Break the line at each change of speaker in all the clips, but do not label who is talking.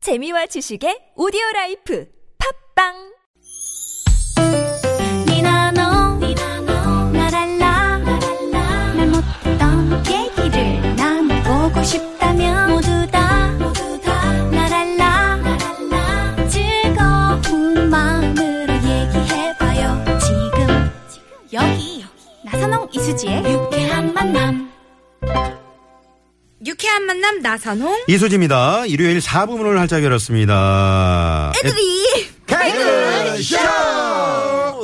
재미와 지식의 오디오 라이프 팝빵
니나노 나랄라 말 못했던 얘기를 나눠보고 싶다면 모두 다 나랄라 즐거운 마음으로 얘기해봐요 지금 여기 나선홍 이수지의 유쾌한 만남
유쾌한 만남 나선홍
이수지입니다. 일요일 4부문을 활짝 열었습니다.
애들이
개그쇼!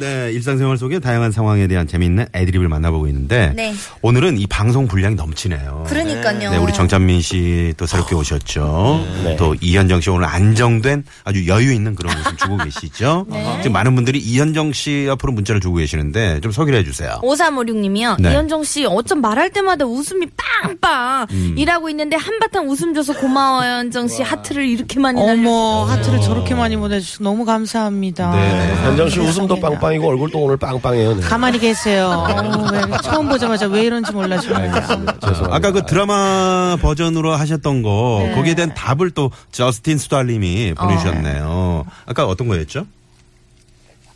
네, 일상생활 속의 다양한 상황에 대한 재미있는 애드립을 만나보고 있는데
네.
오늘은 이 방송 분량이 넘치네요.
그러니까요.
네, 우리 정찬민 씨 또 새롭게 오셨죠. 또 이현정 씨 오늘 안정된 아주 여유 있는 그런 모습 주고 계시죠. 지금 많은 분들이 이현정 씨 앞으로 문자를 주고 계시는데 좀 소개를 해주세요.
5356님이요.
네.
이현정 씨 어쩜 말할 때마다 웃음이 빵빵 일하고 있는데 한바탕 웃음 줘서 고마워요. 현정 씨 하트를 이렇게 많이 날려.
어머 하트를 저렇게 많이 보내주셔서 너무 감사합니다.
네.
현정 씨 웃음도 빵빵이고 얼굴도 오늘 빵빵해요. 네.
가만히 계세요. 어우, 왜, 처음 보자마자 왜 이런지 몰라서.
네, 죄송합니다.
아까 그 드라마 버전으로 하셨던 거 거기에 대한 답을 또 저스틴 수달님이 보내주셨네요. 아까 어떤 거였죠?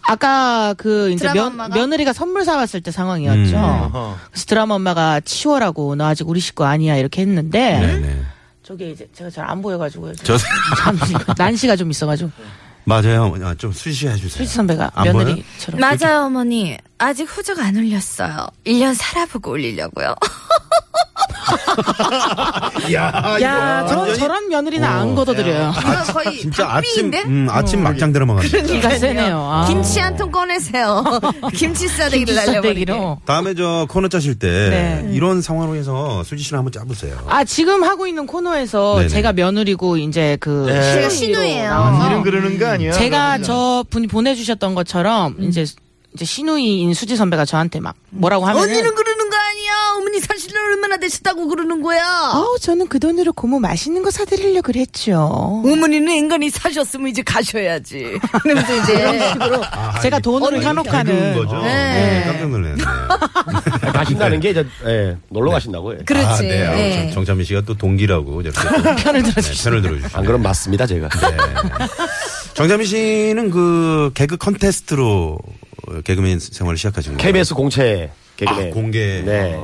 아까 그 이제
드라마
며,
엄마가?
며느리가 선물 사왔을 때 상황이었죠.
음.
그래서 드라마 엄마가 치워라고 너 아직 우리 식구 아니야 이렇게 했는데
네네.
저게 이제 제가 잘 안 보여가지고요.
저
참 난시가 좀 있어가지고
맞아요. 아, 좀 수시해 주세요.
수지 선배가
안
며느리처럼
맞아요, 어머니. 아직 호적 안 올렸어요. 1년 살아보고 올리려고요. 아,
야,
야 저, 저런 며느리는 안 걷어들여요.
이거 거의
진짜 아침
박빙인데?
음, 아침 막장 드라마 같아.
기가 세네요. 아.
김치 한 통 꺼내세요. 김치 싸대기를 날려버리게.
기로
다음에 저 코너 짜실 때
네.
이런 상황으로 해서 수지 씨를 한번 짜보세요.
아 지금 하고 있는 코너에서
네네. 네.
제가 며느리고 이제 그
제가
신우이로
신우예요.
음,
나와서
이름 그러는 거 아니야?
제가 저 분이 보내주셨던
음.
것처럼 이제 이제 신우이인 수지 선배가 저한테 막
음.
뭐라고 하면은
언니는 그러는 거 아니야. 어머니 사실은 얼마나 되셨다고 그러는 거야.
아우 저는 그 돈으로 고모 맛있는 거 사드리려 그랬죠.
음.
어머니는 인간이 사셨으면 이제 가셔야지. 그러면서 이제
아,
아, 제가 돈으로
그런
현혹하는
거죠.
네.
네, 깜짝 놀랐네.
아, 가신다는 게 이제 예,
네.
놀러 가신다고 요
그렇지.
아, 네. 아우,
네.
정- 정찬민 씨가 또 동기라고 이렇게 또
편을 들어주.
네, 편을 들어주시고.
안 그럼 맞습니다 제가.
네, 정자민 씨는 그 개그 컨테스트로 개그맨 생활을 시작하신 거예요.
KBS 공채 개그맨.
아, 공개.
네.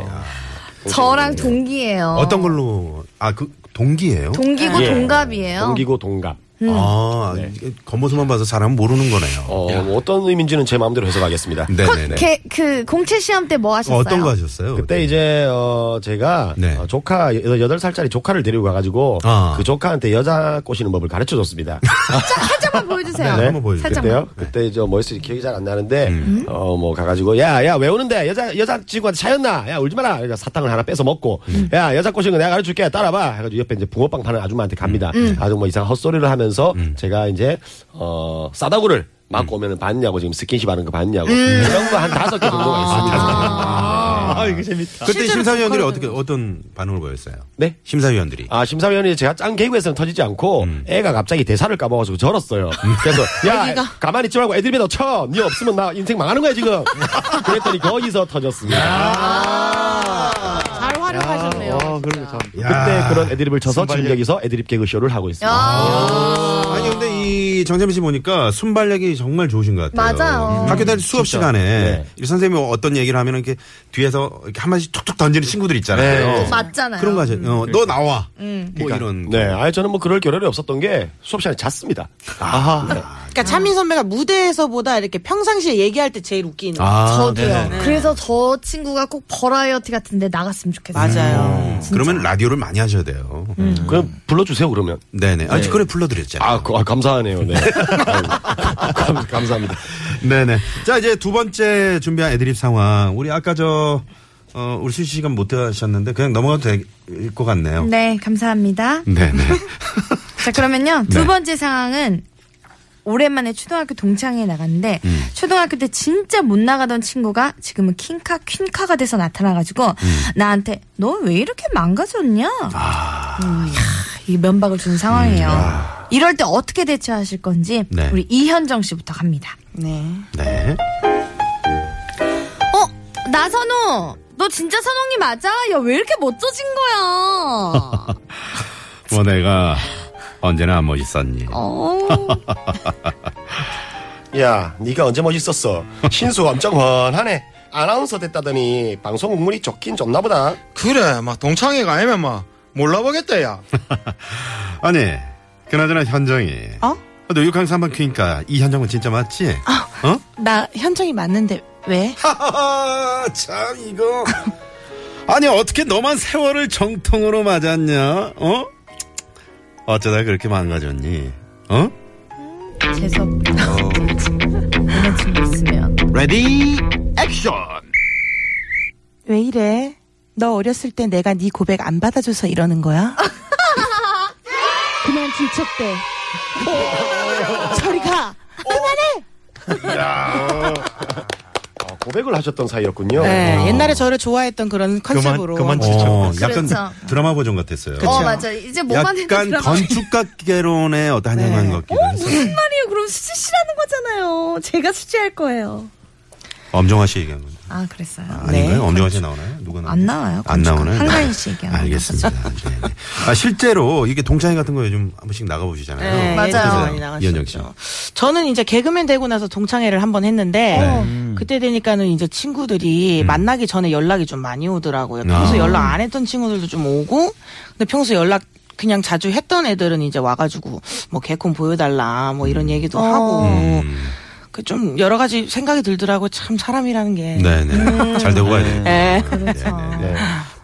저랑 동기예요.
네. 어떤 걸로 아 그 동기예요?
동기고
예.
동갑이에요.
동기고 동갑.
아 이게 겉모습만 봐서 사람 모르는 거네요.
네. 어, 뭐 어떤 의미인지는 제 마음대로 해석하겠습니다.
네네네.
걔, 그 공채 시험 때 뭐 하셨어요?
어떤 거 하셨어요?
그때 이제 어 제가
네.
어, 조카 여- 여덟 살짜리 조카를 데리고 가가지고
아.
그 조카한테 여자 꼬시는 법을 가르쳐 줬습니다.
살짝만 보여주세요.
네, 한번 보여주세요.
살짝만.
그때요? 그때 저 멋있어 기억이 잘 안 나는데 어 뭐 가가지고 야 야 왜 우는데 여자 여자 친구한테 차였나 야 울지 마라 그러니까 사탕을 하나 뺏어 먹고 야 여자 꼬시는 거 내가 가르쳐줄게 따라봐 해가지고 옆에 이제 붕어빵 파는 아줌마한테 갑니다 아주 뭐 이상한 헛소리를 하면서 제가 이제 어 싸다구를 맞고 오면은 봤냐고 지금 스킨십 하는 거 봤냐고 이런 거 한 다섯 개 정도가 있습니다.
아, 이거 재밌다.
그때 심사위원들이 어떻게 어떤 반응을 보였어요?
네?
심사위원들이.
아 심사위원이 제가 짠 개그에서는 터지지 않고
음.
애가 갑자기 대사를 까먹어서 절었어요. 그래서 야 가만히 있지 말고 애들이라도 쳐. 니 없으면 나 인생 망하는 거야 지금. 그랬더니 거기서
아,
터졌습니다.
잘 활용하셨네요.
아, 그러게 참.
그때 그런 애드립을 쳐서 지금
순발력.
여기서 애드립 개그 쇼를 하고 있습니다.
아, 아니 근데 이 정재민 씨 보니까 순발력이 정말 좋으신 것 같아요. 음.
맞아요.
학교 다닐 수업 시간에
네.
이 선생님이 어떤 얘기를 하면 이렇게 뒤에서 이렇게 한 마디씩 툭툭 던지는 친구들 있잖아요.
네.
어, 맞잖아요. 음.
그런 거 하죠. 어, 너 나와. 뭐 이런.
네, 아니 저는 뭐 그럴 겨를이 없었던 게 수업 시간에 잤습니다.
그러니까 차민 선배가 무대에서보다 이렇게 평상시에 얘기할 때 제일 웃기는.
아,
저도요.
네네.
그래서 저 친구가 꼭 버라이어티 같은데 나갔으면 좋겠어요.
맞아요.
그러면 라디오를 많이 하셔야 돼요.
음.
음.
그럼 불러주세요 그러면.
네네. 아, 그래 불러드렸잖아요.
아, 그- 아, 감사하네요. 네. 아유, 감, 감사합니다.
네네. 자, 이제 두 번째 준비한 애드립 상황. 우리 아까 저, 어, 우리 수시 씨가 못 하셨는데 그냥 넘어가도 될 것 같네요.
네, 감사합니다.
네네.
자, 그러면요. 두
네.
번째 상황은 오랜만에 초등학교 동창회에 나갔는데
음.
초등학교 때 진짜 못 나가던 친구가 지금은 킹카 퀸카가 돼서 나타나가지고
음.
나한테 너 왜 이렇게 망가졌냐?
아.
음, 이야, 이 면박을 준 상황이에요. 이럴 때 어떻게 대처하실 건지
음, 네.
우리 이현정 씨부터 갑니다.
네.
네.
어? 나선호! 너 진짜 선홍이 맞아? 야, 왜 이렇게 멋져진 거야?
뭐 내가 언제나 멋있었니.
야, 네가 언제 멋있었어? 신수 엄청 훤하네. 아나운서 됐다더니 방송 국물이 좋긴 좋나 보다.
그래, 막 동창회가 아니면 막 몰라보겠다, 야.
아니, 그나저나 현정이. 아,
어?
너 6항 3번 큐니까 이 현정은 진짜 맞지? 어?
나 현정이 맞는데 왜?
하하하, 참 이거. 아니 어떻게 너만 세월을 정통으로 맞았냐? 어? 어쩌다 그렇게 망가졌니? 어?
재수없다. 이런 친구 있으면.
레디 액션.
왜 이래? 너 어렸을 때 내가 네 고백 안 받아줘서 이러는 거야? 그만 질척대. 저리 가.
어.
아, 고백을 하셨던 사이였군요.
네, 옛날에 저를 좋아했던 그런 컨셉으로.
어.
어.
그만 진짜.
어, 약간
그렇죠.
드라마 버전 같았어요.
그쵸.
어, 맞아. 이제 뭐만 해도
약간
드라마. 네.
건축학개론의 어떤 한영한 것 같기도 해서
무슨 말이에요? 그럼 수지 씨라는 거잖아요. 제가 수지할 거예요.
엄정화 씨 얘기한 건데
아, 그랬어요.
아, 아닌가요? 엄정화 씨 나오나요? 누가 나오나요?
안 나와요.
안 나오나요?
한가인 씨 얘기하는 거.
알겠습니다. 네, 네. 아, 실제로 이게 동창회 같은 거 요즘 한 번씩 나가 보시잖아요.
네,
맞아요.
예전에 많이 나갔었죠.
어, 이현정 씨.
어.
저는 이제 개그맨 되고 나서 동창회를 한 번 했는데
네.
음.
음.
그때 되니까는 이제 친구들이 만나기 전에 연락이 좀 많이 오더라고요. 평소
아.
연락 안 했던 친구들도 좀 오고 근데 평소 연락 그냥 자주 했던 애들은 이제 와가지고 뭐 개콘 보여달라 뭐 이런 얘기도 하고
음.
그 좀 여러 가지 생각이 들더라고 요참 사람이라는 게.
음.
네네. 잘 되고 가야 돼요.
네.
네.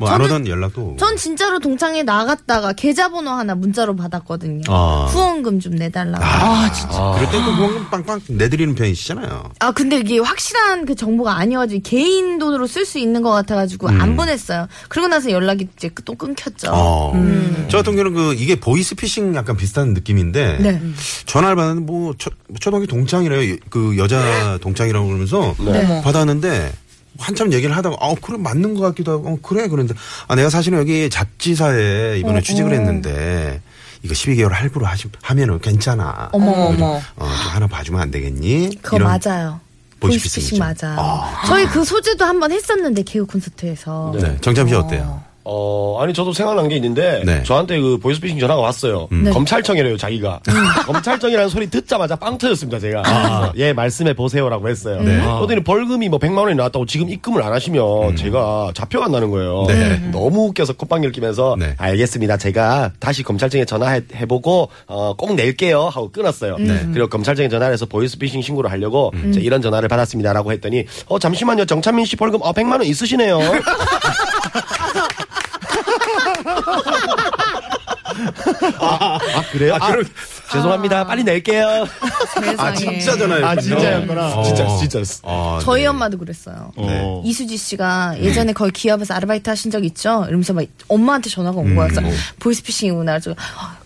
뭐안 오던 연락도 오고.
그렇죠. 전 진짜로 동창회 나갔다가 계좌번호 하나 문자로 받았거든요.
아.
후원금 좀 내달라고.
아 진짜.
그럴 때그 공금 빵빵 내드리는 편이시잖아요.
아 근데 이게 확실한 그 정보가 아니어가지고 개인 돈으로 쓸 수 있는 것 같아가지고 안 보냈어요. 그러고 나서 연락이 이제 또 끊겼죠.
음. 어. 저 같은 경우는 그 이게 보이스피싱 약간 비슷한 느낌인데
음. 네.
음.
전화를 받았는데 뭐 초, 초등학교 동창이래요. 그 여자 동창이라고 그러면서
네.
받았는데 한참 얘기를 하다가 어 그래 맞는 것 같기도 하고 어 그래 그런데 아 내가 사실은 여기 잡지사에
어,
이번에 취직을 했는데 이거 12개월 할부로 하시, 하면은 괜찮아.
어머
좀,
어머.
어, 좀 하나 봐주면 안 되겠니?
그거
이런
맞아요.
보이스피싱이죠.
보이스피싱 맞아. 요 저희 그 소재도 한 번 했었는데 개그 콘서트에서.
네, 정참 씨 어때요?
어, 아니 저도 생각난 게 있는데
네. 음.
저한테 그 보이스피싱 전화가 왔어요.
네.
검찰청이래요, 자기가. 검찰청이라는 소리 듣자마자 빵 터졌습니다, 제가.
아.
그래서 예, 말씀해 보세요라고 했어요.
네.
아. 그랬더니 벌금이 뭐 100만 원이 나왔다고 지금 입금을 안 하시면 제가 잡혀간다는 거예요.
음. 네.
너무 웃겨서 콧방귀를 끼면서
네.
알겠습니다. 제가 다시 검찰청에 전화해 보고 어, 꼭 낼게요 하고 끊었어요.
음. 네.
그리고 검찰청에 전화를 해서 보이스피싱 신고를 하려고 제가 이런 전화를 받았습니다라고 했더니 어 잠시만요. 정찬민 씨 벌금 어 100만 원 있으시네요. 아 그래요? 아, 죄송합니다. 빨리 낼게요.
세상에.
전화요.
아 진짜였구나. 진짜 진짜였어.
아, 네.
저희 엄마도 그랬어요.
어.
이수지 씨가 예전에 거의 기업에서 아르바이트 하신 적 있죠? 이러면서 막 엄마한테 전화가 온 거야. 그래서 보이스피싱이구나. 그래서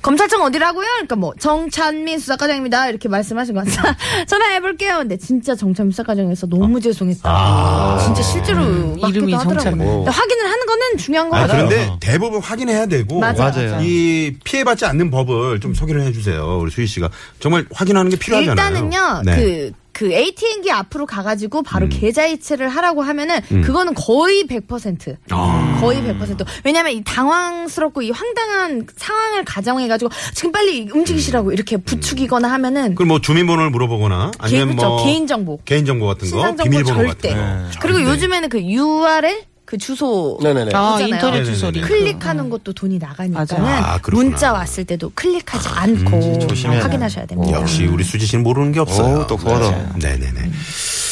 검찰청 어디라고요? 그러니까 뭐 정찬민 수사과장입니다. 이렇게 말씀하신 거야. 자, 전화해볼게요. 근데 진짜 정찬민 수사과장에서 너무 죄송했다. 진짜 실제로
음. 이름이
이름이
정찬민.
하더라고요. 근데 확인을 하는 거는 중요한 거
아,
같아요.
그런데 대부분 확인해야 되고
어. 맞아요. 맞아요.
이 피해받지 않는 법을 좀 소개를 해주세요. 우리 수희 씨가 정말 확인하는 게 필요하잖아요.
일단은요.
네. 음.
그 그 ATM기 앞으로 가가지고 바로 계좌 이체를 하라고 하면은 그거는 거의 100%
아.
거의 100% 왜냐면 이 당황스럽고 이 황당한 상황을 가정해가지고 지금 빨리 움직이시라고 이렇게 부추기거나 하면은
음. 그럼 뭐 주민번호를 물어보거나 아니면
개- 그쵸,
뭐 아,
개인정보.
개인정보 같은 거,
신상정보
비밀번호
절대.
같은
네.
거.
그리고 요즘에는 그 URL 그 주소
네네네.
아
있잖아요.
인터넷 주소
네네네.
링크.
클릭하는 것도 돈이 나가니까는
맞아요.
음. 아, 그렇구나. 아, 음,
문자 왔을 때도 클릭하지 않고 확인하셔야 됩니다.
역시 우리 수지 씨는 모르는 게 없어요.
오, 똑똑하다.
맞아요. 네네네.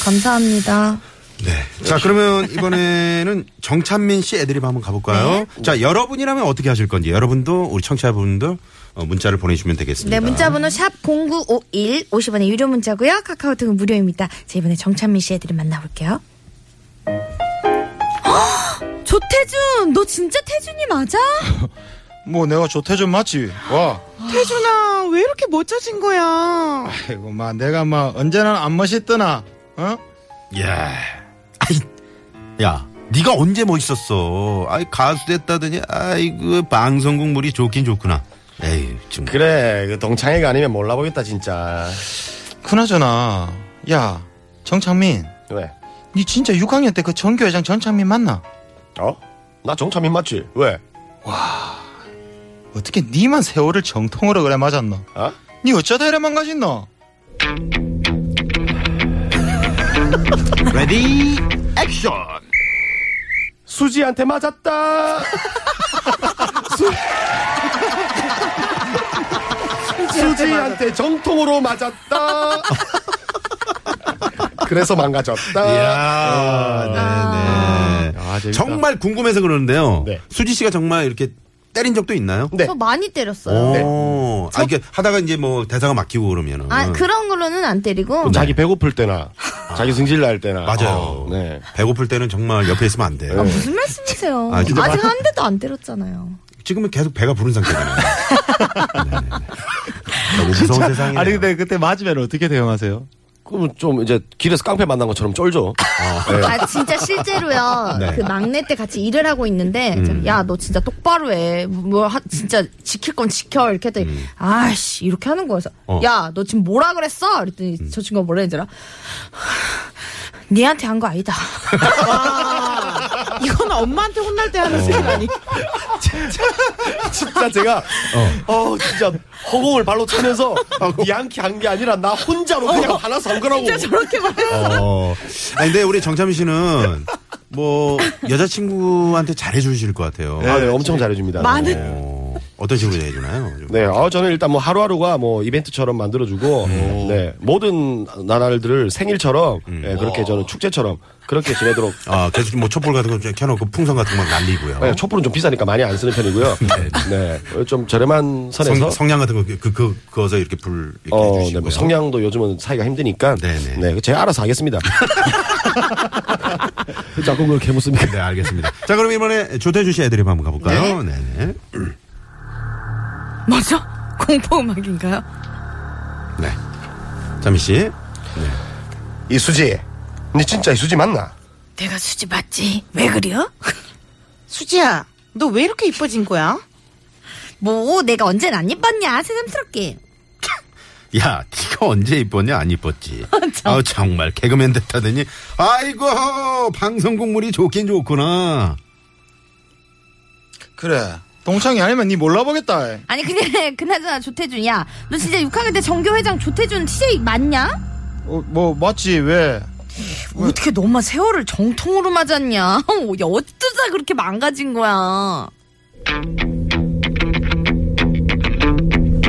감사합니다.
네. 자 그러면 이번에는 정찬민 씨 애드립 한번 가볼까요?
네.
자 여러분이라면 어떻게 하실 건지 여러분도 우리 청취자분들 어, 문자를 보내주시면 되겠습니다.
네, 문자번호 샵 0951, 50원의 유료 문자고요. 카카오톡은 무료입니다. 자, 이번에 정찬민 씨 애들이 만나볼게요. 헉! 조태준, 너 진짜 태준이 맞아?
뭐 내가 조태준 맞지? 와.
태준아 왜 이렇게 멋져진 거야?
아이고, 막 내가 막 언제나 안 멋있더나. 어?
야, 예. 아이, 야, 네가 언제 뭐 멋있었어? 아이 가수 됐다더니 아이고 방송국물이 좋긴 좋구나. 에이, 좀
그래 그 동창회가 아니면 몰라보겠다 진짜.
그나저나, 야, 정창민.
왜?
니 진짜 6학년 때 그 전교회장 전창민 맞나?
어? 나 정찬민 맞지? 왜?
어떻게 니만 세월을 정통으로 그래 맞았노?
어?
니 어쩌다 이래 망가졌노?
레디 액션 수지한테 맞았다 수... 수지한테 정통으로 맞았다 그래서 망가졌다 어,
이야, 네네.
아, 재밌다.
정말 궁금해서 그러는데요.
네.
수지 씨가 정말 이렇게 때린 적도 있나요?
네.
저 많이 때렸어요.
오, 아, 이게 하다가 이제 뭐 대사가 막히고 그러면은.
아 그런 걸로는 안 때리고
그럼 자기 배고플 때나 자기 승질 날 때나
네. 맞아요.
어, 네.
배고플 때는 정말 옆에 있으면 안 돼요.
무슨 말씀이세요? 아,
아,
직
진짜 말-
한 대도 안 때렸잖아요.
지금은 계속 배가 부른 상태잖아요. 네네네. 너무 무서운 세상이에요.
아니 근데 그때 맞으면 어떻게 대응하세요?
그럼 좀 이제 길에서 깡패 만난 것처럼 쫄죠
아 진짜 실제로요.
네. 음.
그 막내 때 같이 일을 하고 있는데 야 너 진짜 똑바로 해. 뭐 하- 진짜 지킬 건 지켜 이렇게 했더니 아씨 이렇게 하는 거여서
음. 어. 음.
야 너 지금 뭐라 그랬어? 그랬더니 저 친구가 뭐라 했더라. 니한테 한 거 아니다.
이건 엄마한테 혼날 때
어.
하는 소리라니.
진짜 제가 어, 진짜 허공을 발로 차면서 아, 그 양키 한 게 아니라 나 혼자로 그냥 화나서 한 거라고
어. 아니, 근데 우리 정참 씨는 뭐 여자친구한테 잘해주실 것 같아요.
아, 네, 엄청 잘해줍니다. 네.
어, 어떤 식으로 잘해주나요? 좀.
네, 아, 저는 일단 뭐 하루하루가 뭐 이벤트처럼 만들어주고, 네, 모든 나라들을 생일처럼,
음.
네, 그렇게 저는 축제처럼 그렇게 지내도록.
아, 계속 뭐 촛불 같은 거좀 켜놓고 풍선 같은 거 막 날리고요.
네, 촛불은 좀 비싸니까 많이 안 쓰는 편이고요. 네, 좀 저렴한 선에서.
성, 냥 같은 거, 그, 그, 그, 그어서 이렇게 불, 이렇게
어, 네,
해주시고요.
뭐 성량도 요즘은 사이가 힘드니까.
네네.
네, 제가 알아서 하겠습니다. 자꾸 그걸 개묻습니까?
네, 알겠습니다. 자, 그럼 이번에 조태주 씨 애드립 한번 가볼까요? 네. 네.
뭐죠? 공포 음악인가요?
네. 자미 씨.
이수지, 니 진짜 이수지 맞나?
내가 수지 맞지? 왜 그려?
수지야, 너 왜 이렇게 이뻐진 거야?
뭐 내가 언젠 안 예뻤냐 새삼스럽게.
야, 네가 언제 이뻤냐? 안 이뻤지. 아, 정말 개그맨 됐다더니 아이고, 방송 국물이 좋긴 좋구나.
그래 동창이 아니면 니 몰라보겠다
아니 근데 그나저나 조태준 야 너 진짜 6학년 때 전교 회장 조태준 TJ 맞냐?
어, 뭐 맞지 왜?
어떻게 너만 세월을 정통으로 맞았냐? 어, 야 어쩌다 그렇게 망가진 거야?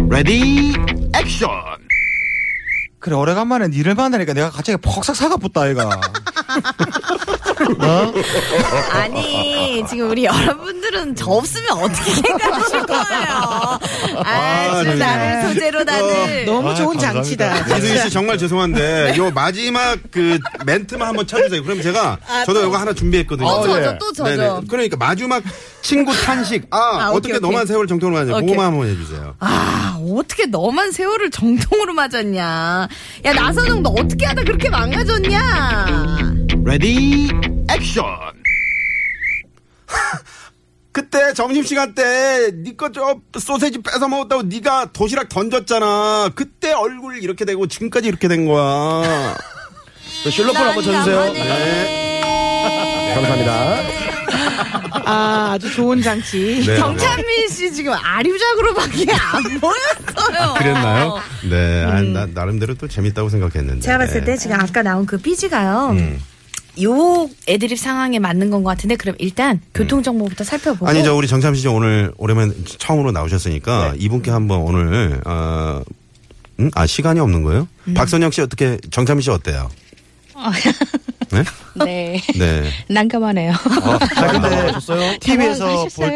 레디 액션.
그래 오래간만에 니를 만나니까 내가 갑자기 폭삭 사과 붙다 아이가
아니 지금 우리 여러분들은 저 없으면 어떻게 생각하실 거예요? 아
네.
진짜 나를 소재로 나는
너무
아,
좋은 장치다.
이승희 씨 정말
네.
죄송한데 요 마지막 그 멘트만 한번 쳐주세요. 그럼 제가 저도 이거 하나 준비했거든요.
어, 저죠,
네.
아, 또
네네.
저죠.
그러니까 마지막 친구 탄식. 아,
아,
어떻게
오케이, 오케이.
너만 세월 정통으로 가냐?
오케이.
그거만 한번 해주세요.
아, 어떻게 너만 세월을 정통으로 맞았냐? 야, 나선홍 너 어떻게 하다 그렇게 망가졌냐?
레디 액션. 그때 점심시간 때 니꺼 저 소세지 뺏어 먹었다고 니가 도시락 던졌잖아. 그때 얼굴 이렇게 되고 지금까지 이렇게 된 거야.
실로폰 한번 쳐주세요. 네, 감사합니다.
아, 아주 좋은 장치.
네.
정찬민 씨 지금 아류작으로밖에 안 보였어요.
아, 그랬나요? 네, 아, 나, 나름대로 또 재밌다고 생각했는데. 네.
제가 봤을 때 지금 아까 나온 그 삐지가요. 요 애드립 상황에 맞는 건 것 같은데 그럼 일단 교통 정보부터 살펴보고
아니 저 우리 정참 씨 오늘 오랜만 처음으로
네.
나오셨으니까 이분께 한번 오늘 어, 음? 아 시간이 없는 거예요?
음.
박선영 씨 어떻게 정참 씨 어때요? 네?
네.
네.
난감하네요.
아 근데 TV에서 볼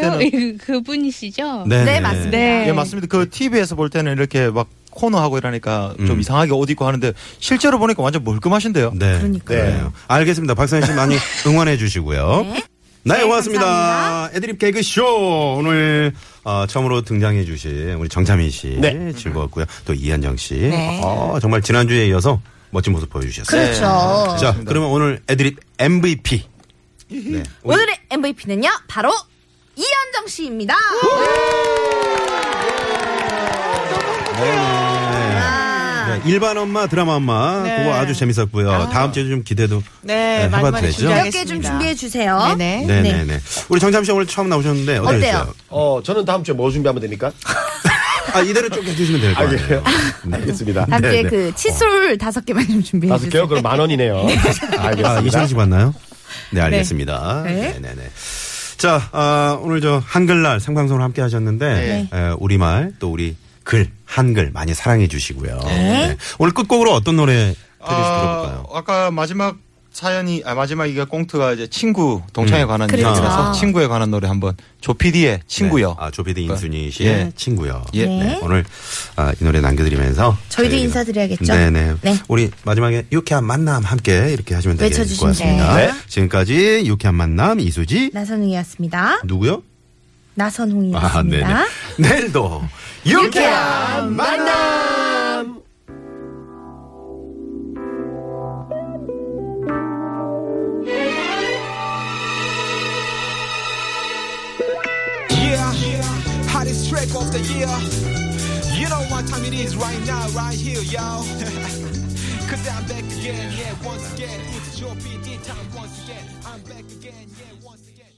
당황하셨어요?
때는
그분이시죠?
네,
네, 맞습니다.
네.
예 맞습니다 그 TV에서 볼 때는 이렇게 막 코너하고 이러니까
음.
좀 이상하게 옷 입고 하는데 실제로 보니까 완전 멀끔하신데요
네.
그러니까요.
그래요. 알겠습니다. 박선영 씨 많이 응원해 주시고요. 네. 고맙습니다. 애드립 개그 쇼 오늘 어, 처음으로 등장해 주신 우리 정참인 씨
네.
즐거웠고요. 또 이한정 씨. 어, 정말 지난주에 이어서 멋진 모습 보여주셨어요.
네. 그렇죠.
자, 그러면 오늘 애드립 MVP. 네.
오늘의 MVP는요 바로 이현정 씨입니다.
네.
아,
네, 일반 엄마 드라마 엄마
네.
그거 아주 재밌었고요. 다음 주에 좀 기대도
네,
네,
많이 많이
해봐도 되죠?
몇 개 좀
준비하겠습니다.
준비해 주세요.
네네.
네네네. 우리 정참 씨 오늘 처음 나오셨는데
어때요?
어떠셨어요?
어, 저는 다음 주에 뭐 준비하면 됩니까?
아 이대로 쭉 해주시면 될 것 같아요.
알겠습니다.
다음 주에
네, 네.
그 칫솔 다섯 개만 좀 준비해
다섯
주세요.
개요? 그럼 만 원이네요.
아
알겠습니다.
이선희 씨 맞나요? 네 알겠습니다.
네.
네. 네네 자, 아, 오늘 저 한글날 생방송을 함께 하셨는데 에, 우리말 또 우리 글 한글 많이 사랑해 주시고요. 네. 오늘 끝곡으로 어떤 노래 테리스
아,
들어볼까요?
아까 마지막 사연이 아 마지막 이게 꽁트가 이제 친구 동창에
음.
관한
그렇죠.
아.
얘기라서 친구에 관한 노래 한번 조피디의 친구요.
네. 아, 조비드 임순희 씨의
예.
친구요.
예.
네. 오늘 아, 이 노래 남겨드리면서
저희도
저희가-
인사드려야겠죠?
네네.
네.
우리 마지막에 유쾌한 만남 함께 이렇게 하시면 되겠것
외쳐주시면
같습니다.
돼요. 네.
지금까지 유쾌한 만남 이수지
나선웅이었습니다.
누구요? 아, 네네.
나선홍이었습니다.
내일도 유쾌한
만남!
Yeah, hottest track of the year. You know what time it is right now, right here, y'all. Cause I'm back again, yeah, once again. It's your PD time once again. I'm back again, yeah, once again.